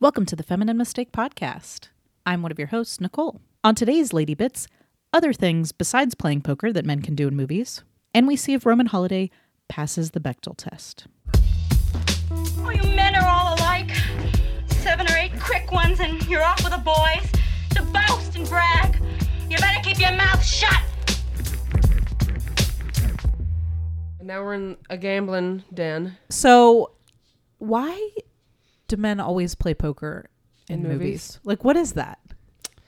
Welcome to the Feminine Mistake Podcast. I'm one of your hosts, Nicole. On today's Lady Bits, other things besides playing poker that men can do in movies, and we see if Roman Holiday passes the Bechtel test. Oh, you men are all alike. Seven or eight quick ones, and you're off with the boys to boast and brag. You better keep your mouth shut. Now we're in a gambling den So, why do men always play poker in, In movies? movies? Like, what is that?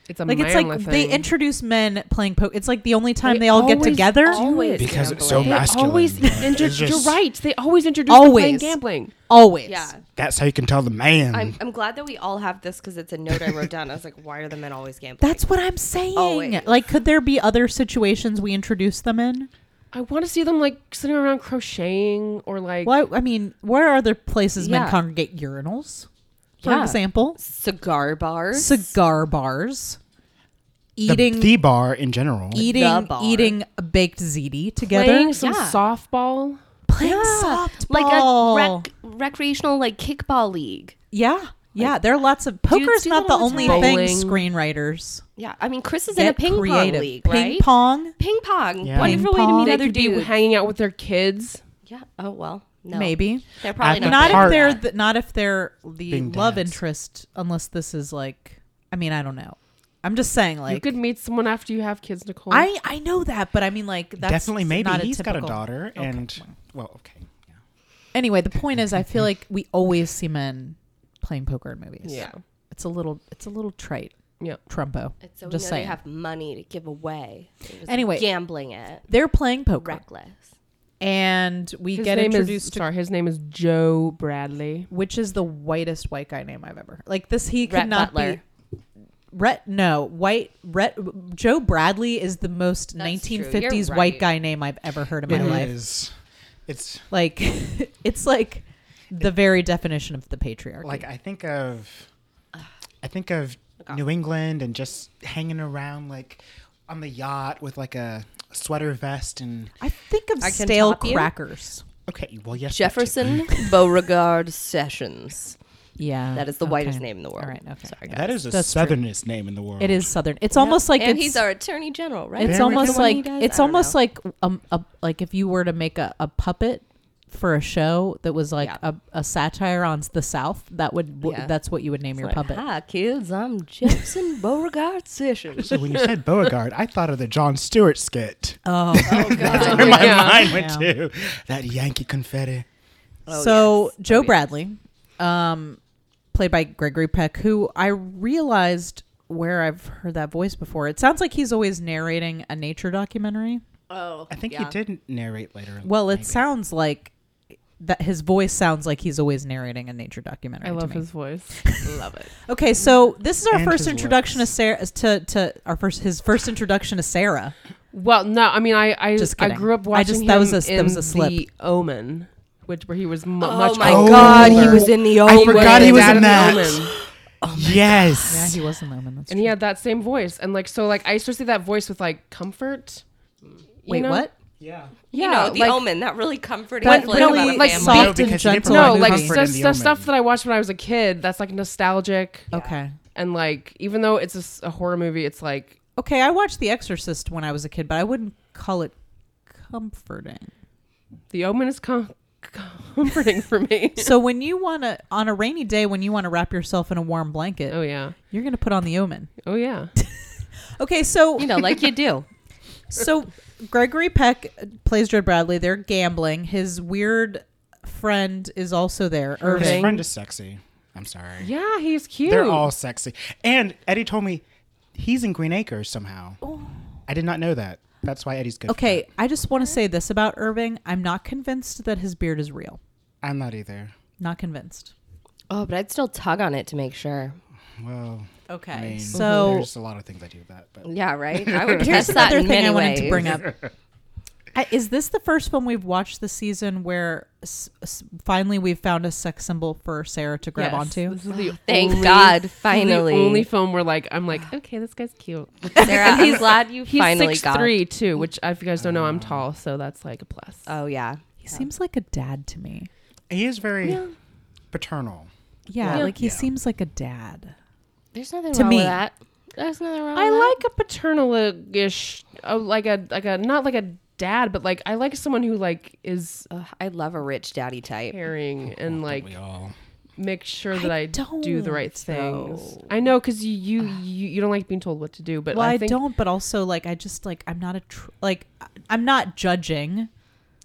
It's a Like, it's like manly thing. they introduce men playing poker. It's like the only time they, all get always together. do it. Because it's so They masculine. always Like, intro- it's just- You're right. They always introduce them Always. playing gambling. Always. Yeah. That's how you can tell the man. I'm, I'm glad that we all have this because it's a note I wrote down. I was like, why are the men always gambling? That's what I'm saying. Always. Like, could there be other situations we introduce them in? I want to see them like sitting around crocheting or like Well, I, I mean, where are there places men Yeah. congregate urinals? For Yeah. example, cigar bars. cigar bars, the, eating, the bar in general. the eating, bar. eating a baked ziti together, playing some Yeah. softball. Playing like softball. a rec- recreational like kickball league. yeah, yeah. there are lots of poker's do that not the all the only time. thing. Bowling. Screenwriters Yeah, I mean Chris is in a get ping creative. pong league, ping right? pong, Ping pong, Yeah. wonderful Ping way pong. to meet They other Could be dudes. hanging out with their kids. yeah. Oh well, no. maybe. they're probably At not. the not doing park. if they're that. the, not if they're the Being love dads. interest, unless this is like. I mean, I don't know. I'm just saying, like you could meet someone after you have kids, Nicole. I I know that, but I mean like that's Definitely, maybe not he's got a typical- daughter, Okay, and well. well, okay. anyway, the point is, I feel like we always see men playing poker in movies. yeah. it's a little it's a little trite, Yeah. Trumpo. It's so we just know saying, they have money to give away. They're just Anyway. gambling it, they're playing poker, reckless. and we His get name introduced is to sorry. His name is Joe Bradley. which is the whitest white guy name I've ever heard. like this. He could Rhett not Butler. be. Rhett, no, white Rhett Joe Bradley is the most That's true. 1950s You're white right. guy name I've ever heard in my It life. is- It's Like, it's like the very definition of the patriarchy. like I think of, I think of New England and just hanging around like on the yacht with like a sweater vest and I think of I can stale top you. crackers. okay. Well, yes, that too. Jefferson Beauregard Sessions. Yeah, That is the whitest name in the world. All right, okay. Sorry, That is the That's true. southernest name in the world. It is southern. It's almost like and it's, he's our attorney general, right? it's Very almost good. like He does? it's I don't almost know. like um, a, like if you were to make a, a puppet for a show that was like Yeah. a, a satire on the South. That would w- Yeah. that's what you would name your Like, puppet. Hi kids, I'm Jefferson Beauregard Sessions. So when you said Beauregard, I thought of the John Stewart skit. Oh, That's where my Yeah. mind went Yeah. to. That Yankee confetti. so yes. Joe Oh, yes. Bradley, um, played by Gregory Peck, who I realized where I've heard that voice before. It sounds like he's always narrating a nature documentary. Oh, I think yeah. he did narrate later. Well, it maybe. sounds like that his voice sounds like he's always narrating a nature documentary. I to love me. his voice. love it. Okay, so this is our And first his introduction to Sarah to to our first his first introduction to Sarah. Well, no, I mean, I I, Just I kidding. grew up I watching just- him that was a- that in was a slip. The Omen, which where he was mu- Oh much my older. God, he was in the I Omen. forgot he was Dad in The that. Omen. Oh Yeah, Yes. he was in Omen. That's and he had that same voice and like so like i used to see that voice with like comfort you Wait, know? what? Yeah. yeah you know, the like, omen, that really comforting But feeling about really, a like, family. No, soft and because he didn't gentle. no Like like comfort stuff, in the stuff, stuff omen. that i watched when i was a kid that's like nostalgic okay, and like even though it's a s- a, horror movie it's like okay. I watched The Exorcist when I was a kid, but I wouldn't call it comforting. the omen is com- comforting for me so when you want to on a rainy day when you want to wrap yourself in a warm blanket, oh yeah you're gonna put on The Omen. oh yeah Okay, so you know, like you do. So Gregory Peck plays Joe Bradley. They're gambling. His weird friend is also there. His Irving. friend is sexy. I'm sorry. yeah he's cute They're all sexy. And Eddie told me he's in Green Acres somehow. I did not know that. That's why Eddie's good. for Okay, I just want to say this about Irving. I'm not convinced that his beard is real. that. I'm not either. Not convinced. Oh, but I'd still tug on it to make sure. Well, Okay, I mean, so there's a lot of things I do with that. But Yeah, right. I would here's test that another in thing many I wanted ways. to bring up. I, is this the first one we've watched this season where s- s- finally we've found a sex symbol for Sarah to grab Yes, onto? this is the Thank only- God, this is finally. the only film where like i'm like okay this guy's cute Sarah, I'm glad you he's finally six got. three too which if you guys don't know i'm tall so that's like a plus Oh yeah. He seems like a dad to me. he is very paternal. Yeah, Yeah. like he Yeah. seems like a dad. There's nothing To wrong me. with that. There's nothing wrong. I with like a paternal-ish, uh, like a like a not like a dad, but like I like someone who like is that. Ugh, I love a rich daddy type. caring and like we all. make sure that I I, do the right don't, things. I know because you you, you you don't like being told what to do, but Well, I, I, think don't, but also like I just like I'm not a tr- like I- I'm not judging.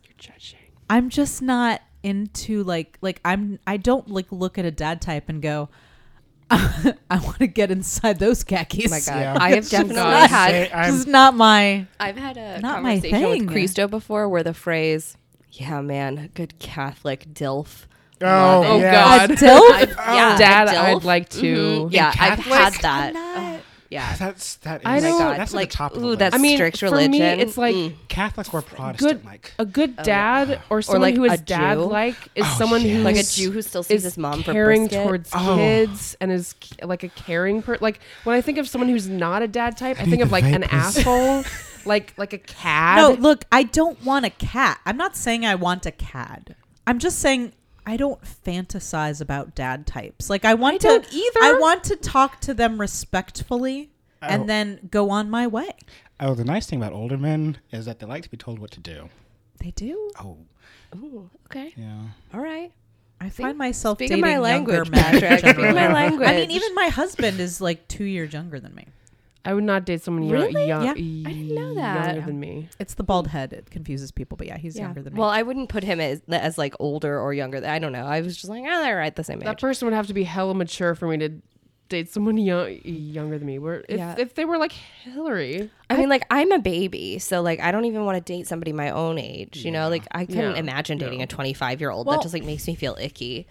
you're judging. I'm just not into like like I'm I don't like look at a dad type and go I want to get inside those khakis. Oh my god, Yeah. I have definitely God. had. Hey, I'm- this is not my I've had a Not my conversation thing. with Cristo before where the phrase, "Yeah, man, good Catholic dilf." Oh, Love it. Oh yeah. God, a dilf. I've- yeah, Dad, dilf. I'd like to. Mhm. Yeah, I've had Catholic? that. not- Ugh, yeah. That's that is. I don't- God, That's like, like the top. Of the ooh, list. that's- I mean, Strict for me, religion. it's like Mm. Catholic or Protestant, good, like a good dad or someone Oh, like who a is dad Jew. like is Oh, someone yes. who Like a Jew who still sees is his mom for caring brisket. towards Oh. kids and is c- like a caring person. Like when I think of someone who's not a dad type, I, need think of the like an vapors. asshole, like like a cad. No, look, I don't want a cat. I'm not saying I want a cad. I'm just saying I don't fantasize about dad types. Like I want don't to either. I want to talk to them respectfully Oh. and then go on my way. Oh, the nice thing about older men is that they like to be told what to do. They do. Oh, Okay. yeah. All right. I find myself speak dating my younger language, men. Patrick. Speak generally. my I mean, language. even my husband is like two years younger than me. I would not date someone Really? young, Yeah. I didn't know that. younger than me. It's the bald head. It confuses people, but yeah, he's Yeah. younger than me. Well, I wouldn't put him as, as like older or younger. I don't know. I was just like, oh, they're right the same age. That person would have to be hella mature for me to date someone young, younger than me. Where if, Yeah. if they were like Hillary, I mean, like I'm a baby, so like I don't even want to date somebody my own age. You know, like I couldn't Yeah. imagine dating a 25 year old. Well- that just like makes me feel icky.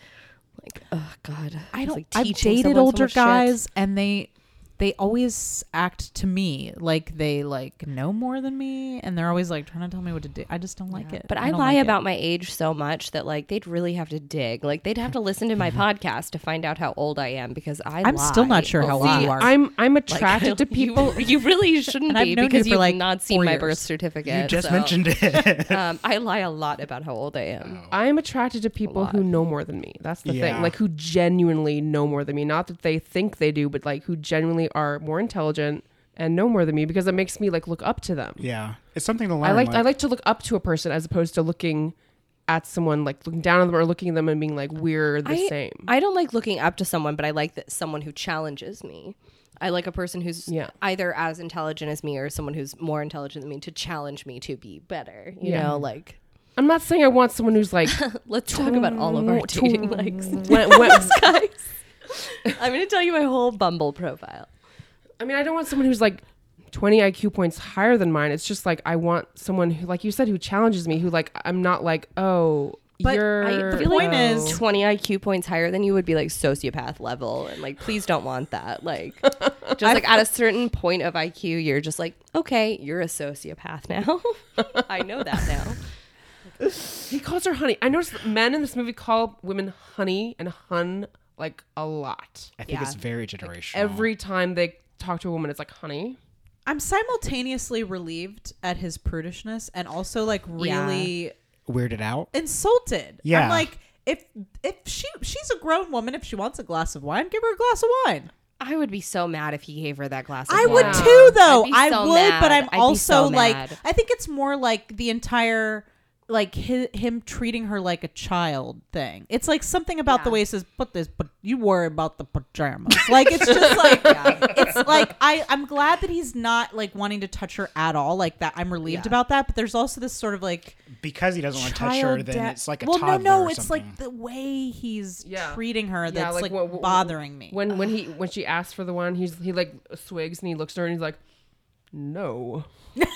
Like, oh god, I It's, don't. Like, I've teaching dated someone so older much shit. guys, and they they always act to me like they like know more than me, and they're always like trying to tell me what to do. I just don't like it. But I, don't lie like it. about my age so much that like they'd really have to dig. Like they'd have to listen to my podcast to find out how old I am because I. I'm still not lie. sure how Like, old you are. I'm I'm attracted to you- people. You, really shouldn't And I've be known you because for, you've like, not seen four my years. birth certificate. You just so, mentioned Oh. it. Um, I lie a lot about how old I am. I'm attracted to people who know more than me. That's the Yeah. thing. Like who genuinely know more than me. Not that they think they do, but like who genuinely are more intelligent and know more than me because it makes me like look up to them. yeah, it's something to learn. I like I like to look up to a person as opposed to looking at someone like looking down on them or looking at them and being like we're the I, same. I don't like looking up to someone, but I like that someone who challenges me. I like a person who's Yeah. either as intelligent as me or someone who's more intelligent than me to challenge me to be better. You Yeah. know, like I'm not saying I want someone who's like let's talk about all of our tw- dating likes, when- when- guys. I'm gonna tell you my whole Bumble profile. I mean, I don't want someone who's like 20 IQ points higher than mine. It's just like I want someone who, like you said, who challenges me. Who like I'm not like oh. But you're, I- the point oh. is- 20 IQ points higher than you would be like sociopath level, and like please don't want that. Like just like at a certain point of IQ, you're just like okay, you're a sociopath now. I know that now. he calls her honey. I noticed that men in this movie call women honey and hun like a lot. I think yeah. it's very generational. Every time they talk to a woman, it's like honey. I'm simultaneously relieved at his prudishness and also like really weirded out. insulted. Yeah. I'm like if if she she's a grown woman, if she wants a glass of wine, give her a glass of wine. I would be so mad if he gave her that glass. Of I wine. would too, though. I'd be I so would, but mad. I'm I'd be also so like, mad. I think it's more like the entire like hi him treating her like a child thing. It's like something about the way he says, "Put this, but you worry about the pajamas." like it's just like it's like I I'm glad that he's not like wanting to touch her at all. Like that, I'm relieved about that. But there's also this sort of like because he doesn't want to touch her, child then da- it's like a well, toddler. no, no, or it's something. like the way he's Yeah. treating her that's like, wh- wh- bothering me. When when he when she asks for the wine, he's he like swigs and he looks at her and he's like, no. no.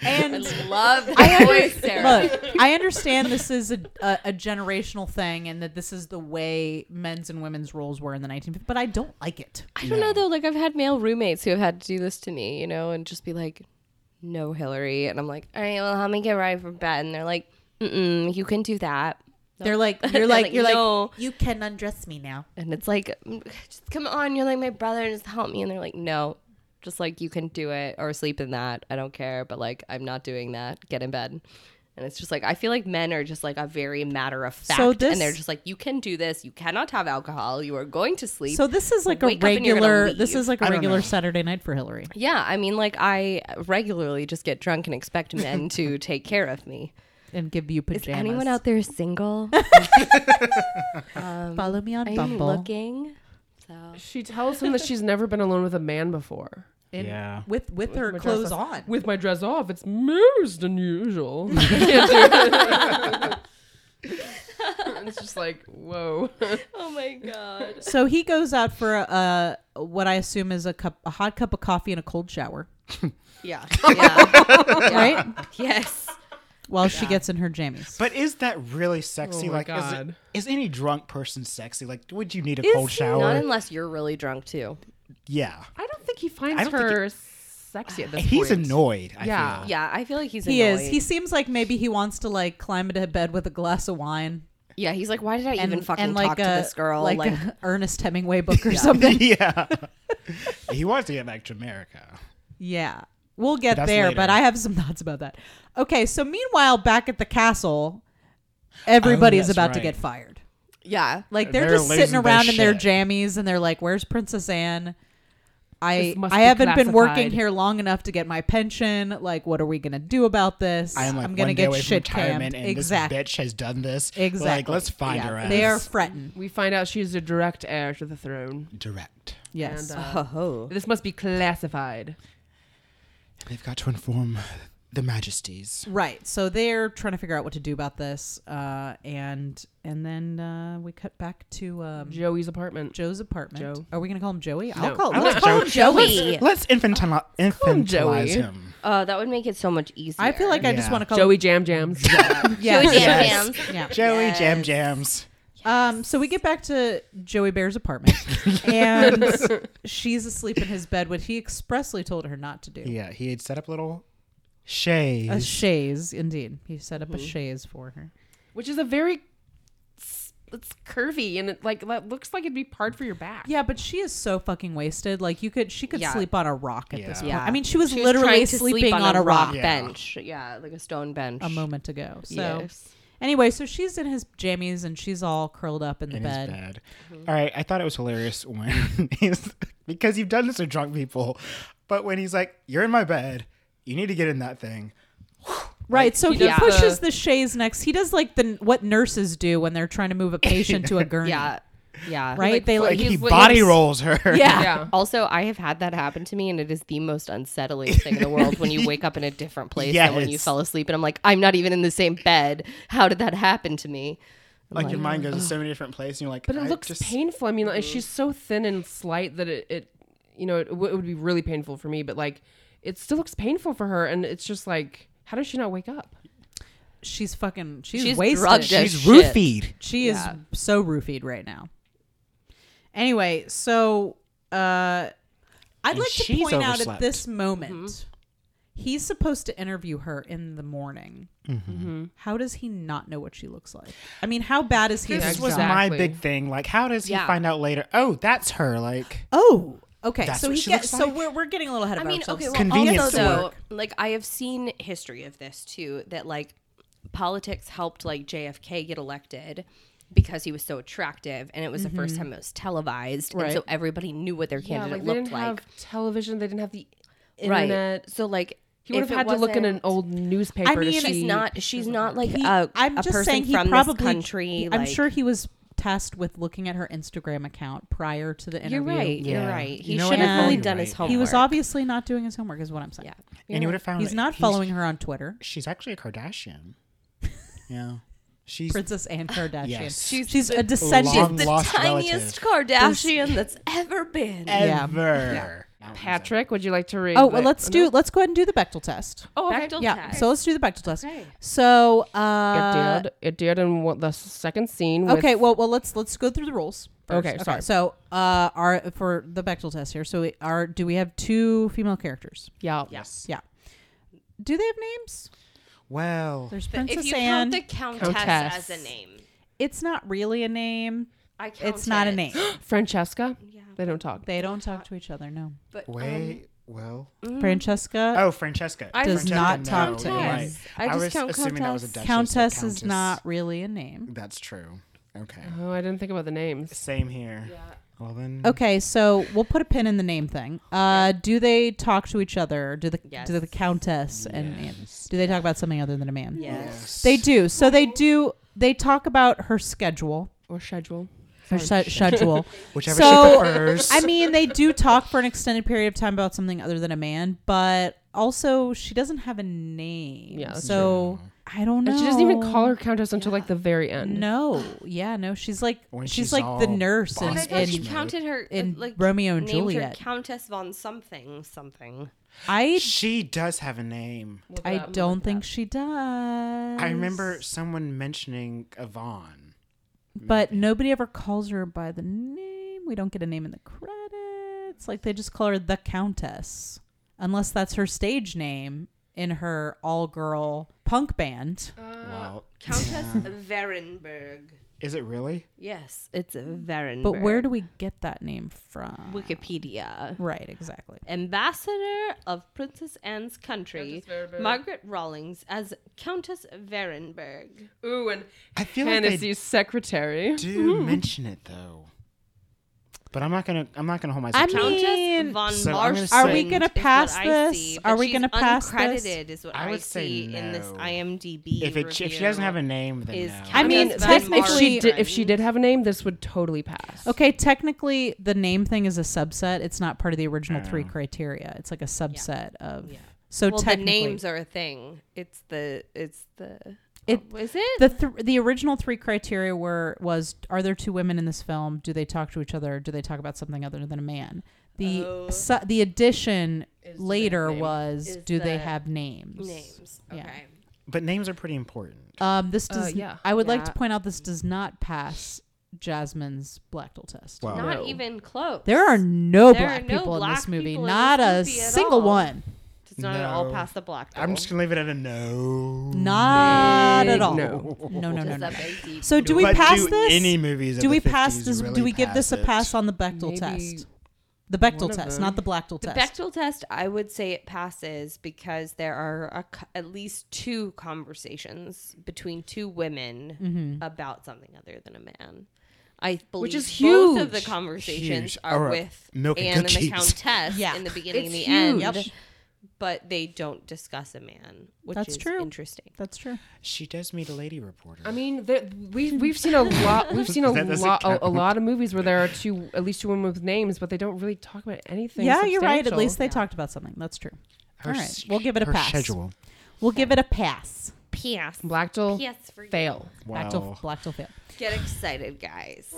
and love that voice, Sarah. Look, I understand this is a, a, a generational thing and that this is the way men's and women's roles were in the 1950s, but I don't like it. I don't know though. Like I've had male roommates who have had to do this to me, you know, and just be like, "No, Hillary," and I'm like, "All right, well, help me get right from bed," and they're like, "Mm, you can do that." They're like, you're They're like, like, you're "No." like, you can undress me now. And it's like, "Mm, "Just come on," you're like my brother, just help me, and they're like, "No." Just like you can do it or sleep in that. I don't care, but like I'm not doing that. Get in bed. And it's just like I feel like men are just like a very matter of fact, So this- and they're just like, you can do this. You cannot have alcohol. You are going to sleep. So this is like Wake a up and you're gonna regular. This leave. is like a I don't regular know. Saturday night for Hillary. yeah, I mean, like I regularly just get drunk and expect men to take care of me. and give you pajamas. Is anyone out there single? there? Follow me on I'm Bumble. looking. So She tells him that she's never been alone with a man before. In- Yeah. With with her My dress clothes off- on. With my dress off, it's most unusual. I can't do it. it's just like, whoa. Oh my god. So he goes out for a, a what I assume is a cup, a hot cup of coffee and a cold shower, Yeah. Yeah. right? yes. While she gets in her jammies. But is that really sexy? Oh my like, is, it, God. is any drunk person sexy? Like, would you need a Is cold shower? Not unless you're really drunk too. yeah, I don't think he I finds don't think her sexy at this he's point. annoyed. I Yeah. feel. Yeah, I feel like he's he annoyed. is. He seems like maybe he wants to like climb into bed with a glass of wine yeah, he's like, why did I and even fucking and like talk a, to this girl? like, Like, a Ernest Hemingway book or something. yeah. he wants to get back to America. Yeah. We'll get That's there, later. but I have some thoughts about that. Okay, so meanwhile, back at the castle, everybody's Oh, that's about to right. get fired. yeah, like Like they're, They're just sitting losing their around in their shit. jammies and they're like, "Where's Princess Anne? I This must I be haven't been working classified." here long enough to get my pension. Like, what are we gonna do about this? I am like I'm one gonna day get away shit from retirement, camped. and exactly. this bitch has done this. Exactly. Like, let's find Yeah. her ass. They are fretting. We find out she's a direct heir to the throne. direct. Yes. And, uh, ho ho. this must be classified. They've got to inform the Majesties. Right. So they're trying to figure out what to do about this. Uh, and and then uh, we cut back to um, Joey's apartment. Joe's apartment. Joe. Are we gonna call him Joey? I'll No. call. I Let's like call him Joey. Joey. Let's infantilize, him Joey. infantilize him. Uh, that would make it so much easier. I feel like I just Yeah. want to call Joey Him, Jam Jams. yeah. Joey Yes. Jam Jams. Yeah. Joey Yes. Jam Jams. Um, so we get back to Joey Bear's apartment, and she's asleep in his bed, which he expressly told her not to do. Yeah, he had set up little shades. A chaise, indeed. He set up a chaise for her. Which is a very. It's it's curvy and it like that looks like it'd be hard for your back. Yeah, but she is so fucking wasted. Like you could, she could Yeah. sleep on a rock at this Yeah. point. I mean, she was literally sleeping on, a rock, Yeah. bench. Yeah, like a stone bench. a moment ago. So Yes. anyway, so she's in his jammies and she's all curled up in the in his bed. bed. Mm-hmm. All right, I thought it was hilarious when he's because you've done this to drunk people, but when he's like, "You're in my bed, you need to get in that thing." Right. So he, does the- pushes the chaise next. He does like the what nurses do when they're trying to move a patient to a gurney. Yeah, yeah. Right. they Like like. he he's- body he's- rolls her. yeah. Yeah. Also, I have had that happen to me, and it is the most unsettling thing in the world when you wake up in a different place than when you Yes. fell asleep. And I'm like, I'm not even in the same bed. How did that happen to me? like Oh your mind goes to so many different places, and you're like, But it I looks just, painful. I mean, like, she's so Mm-hmm. thin and slight that it, it you know, it, w- it would be really painful for me. But like, it still looks painful for her, and it's just like, how does she not wake up? She's fucking. She's, She's wasted. drugged as She's shit. roofied. She is so roofied right now. Anyway, so uh I'd And like to she's point out at overslept. Mm-hmm. this moment. He's supposed to interview her in the morning. Mm-hmm. Mm-hmm. How does he not know what she looks like? I mean, how bad is he? This at was job? my Exactly. big thing. Like, how does he Yeah. find out later? Oh, that's her. Like, oh, okay. That's so what he she gets. looks So like? we're, we're getting a little ahead of I mean, ourselves. okay, well, Convenience also to uh, though, work. like I have seen history of this too, that like politics helped like JFK get elected because he was so attractive, and it was the first time it was televised, and so everybody knew what their Yeah, candidate like they looked didn't like. have television. They didn't have the right. internet. So like, He would if have it had to look in an wasn't- old newspaper. I mean, to she's She's see- not. She's not like He- a. I'm a just person saying he from probably this country. I'm like- sure he was tasked with looking at her Instagram account prior to the interview. You're right. You're Yeah. right. He You know should what? have really And done his homework. He was obviously not doing his homework, is what I'm saying. Oh, Yeah. and he would have found He's that not following her on Twitter. She's actually a Kardashian. yeah, she's Princess Anne Kardashian. Yes. She's, She's a descendant. long the lost tiniest Kardashian that's ever been. Yeah. ever. Patrick, would you like to read? oh well, the- let's do let's go ahead and do the Bechtel test. Oh, okay. Bechdel yeah. test. So let's do the Bechtel test. So uh, It did. It did in what, the second scene. With, okay. Well, well, let's let's go through the rules. first. Okay, sorry. So uh, our for the Bechtel test here. So we are do we have two female characters? Yeah. Yes. Yeah. Do they have names? Well, There's if Princess you Anne. count the countess, Countess. as a name, it's not really a name. I count It's not a it, name. Francesca. Yeah. They don't talk. They don't talk to each other. No. But um, wait. Well, Mm-hmm. Francesca oh, Francesca I Does Francesca, not no, talk to you're right. Countess. I just was count assuming that was a Countess. Dutchess. but Countess is Countess- Mm-hmm. not really a name. That's true. Okay. Uh-huh. Oh, I didn't think about the names. Same here. Well then. Okay, so we'll put a pin in the name thing. Uh, do they talk to each other? Do the Yes. do the Countess and and- do they talk about something other than a man? Yes. They do. So they do. They talk about her schedule. Or schedule. Her sch- schedule. Whichever So- she prefers. I mean, they do talk for an extended period of time about something other than a man, but also she doesn't have a name. Yeah, that's so I don't know. And she doesn't even call her countess until like the very end. No. Yeah. No. She's like When she's, she's like the all nurse in, And I bossed thought up. Oh she in Right. counted her uh, in like Romeo and named her Juliet. Countess von something something. I she does have a name. I don't think she does. I remember someone mentioning Yvonne. but nobody ever calls her by the name. We don't get a name in the credits. Like they just call her the Countess, unless that's her stage name in her all-girl punk band. Uh, Um, Well, Countess Verenberg. is it really? Yes, it's a Verenberg. But where do we get that name from? Wikipedia. Right, exactly. Ambassador of Princess Anne's country, Margaret Rawlings as Countess Verenberg. Ooh, and I feel like they Hennessy's secretary. do Mm-hmm. mention it though. But I'm not gonna. I'm not gonna hold myself. I to mean- it. Countess mean, von So I'm gonna Marsen. say- Are we gonna is what pass I this? see, Are but we she's gonna pass this? uncredited Is what I I, would say see in this no. IMDb. if it, if she doesn't have a review. name, then is no. Countess I mean, Van technically- if she Marsden. did, if she did have a name, this would totally pass. Okay, technically, the name thing is a subset. It's not part of the original three Ah. criteria. It's like a subset of. So well, the technically, names are a thing. It's the it's the It- oh, is it the th- the original three criteria were was are there two women in this film? Do they talk to each other? Do they talk about something other than a man? The Oh. su- the addition later was Is do they the have names? names. Yeah. Okay. But names are pretty important. Um, this does. yeah. I would like to Yeah. point out this does not pass Jasmine's Blackdoll test. Wow. Not No. even close. There are no There black are no people in this black movie. people in Not this a movie at single all. one. It's not at all No. past the block. I'm just gonna leave it at a no. Not at Big all. no. no, no, no. It's no. a big deep. So do we But pass do this? Any movies? of do we the pass 50s this? really do we give this a it? pass on the Bechtel Maybe test? The Bechtel one of test, them. not the Blackdoll The test. Bechtel test, I would say it passes because there are a, cou- at least two conversations between two women about something other than a man. I believe Mm-hmm. is both of the huge. conversations Huge. are Or with milk and Anne and the cookies. Countess Yeah. in the beginning and the It's end, huge. Yep. but they don't discuss a man, which That's is true. interesting. That's true. She does meet a lady reporter. I mean, there, we we've seen a lot. We've seen a That doesn't lot a, a count. lot of movies where there are two, at least two women with names, but they don't really talk about anything. yeah, you're right. At substantial. least they talked about something. That's true. Her All right, s- we'll give it a her pass. Schedule. We'll give it a pass. P.S. Black Doll P.S. for you. fail. Wow. Blackdoll, Blackdoll fail. Get excited, guys.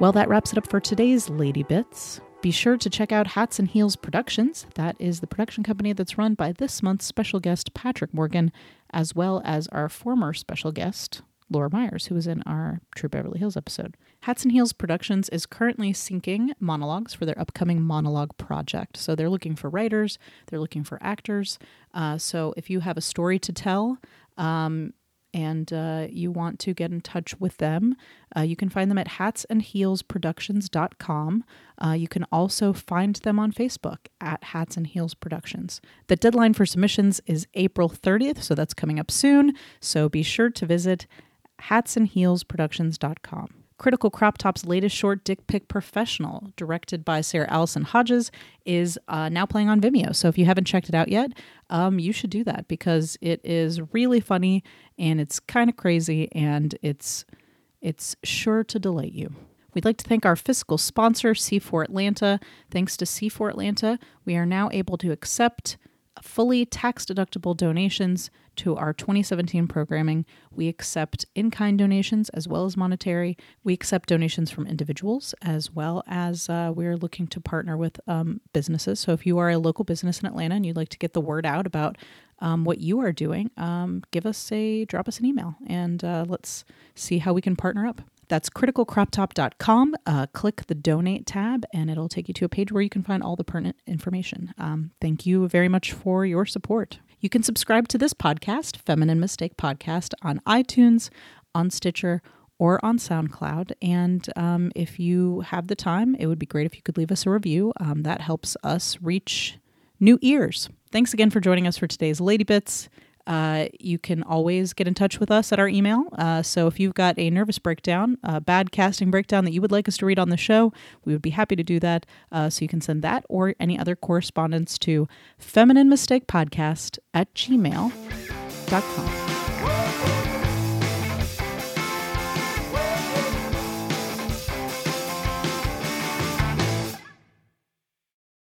Well, that wraps it up for today's Lady Bits. Be sure to check out Hats and Heels Productions. That is the production company that's run by this month's special guest, Patrick Morgan, as well as our former special guest, Laura Myers, who was in our True Beverly Hills episode. Hats and Heels Productions is currently syncing monologues for their upcoming monologue project. So they're looking for writers, they're looking for actors. Uh, so if you have a story to tell, and uh, you want to get in touch with them, uh, you can find them at hatsandheelsproductions.com. Uh, you can also find them on Facebook at Hats and Heels Productions. The deadline for submissions is April 30th, so that's coming up soon. So be sure to visit hatsandheelsproductions.com. Critical Crop Top's latest short, Dick Pick Professional, directed by Sarah Allison Hodges, is uh, now playing on Vimeo. So if you haven't checked it out yet, um, you should do that because it is really funny and it's kind of crazy and it's it's sure to delight you. We'd like to thank our fiscal sponsor, C4 Atlanta. Thanks to C4 Atlanta, we are now able to accept fully tax deductible donations to our 2017 programming. We accept in kind donations as well as monetary. We accept donations from individuals as well as uh, we're looking to partner with um, businesses. So if you are a local business in Atlanta and you'd like to get the word out about um, what you are doing, um, give us a drop us an email and uh, let's see how we can partner up. That's criticalcroptop.com. Uh, click the donate tab, and it'll take you to a page where you can find all the pertinent information. Um, thank you very much for your support. You can subscribe to this podcast, Feminine Mistake Podcast, on iTunes, on Stitcher, or on SoundCloud. And um, if you have the time, it would be great if you could leave us a review. Um, that helps us reach new ears. Thanks again for joining us for today's Lady Bits. Uh, you can always get in touch with us at our email. Uh, so if you've got a nervous breakdown, a bad casting breakdown that you would like us to read on the show, we would be happy to do that. Uh, so you can send that or any other correspondence to femininemistakepodcast at gmail.com.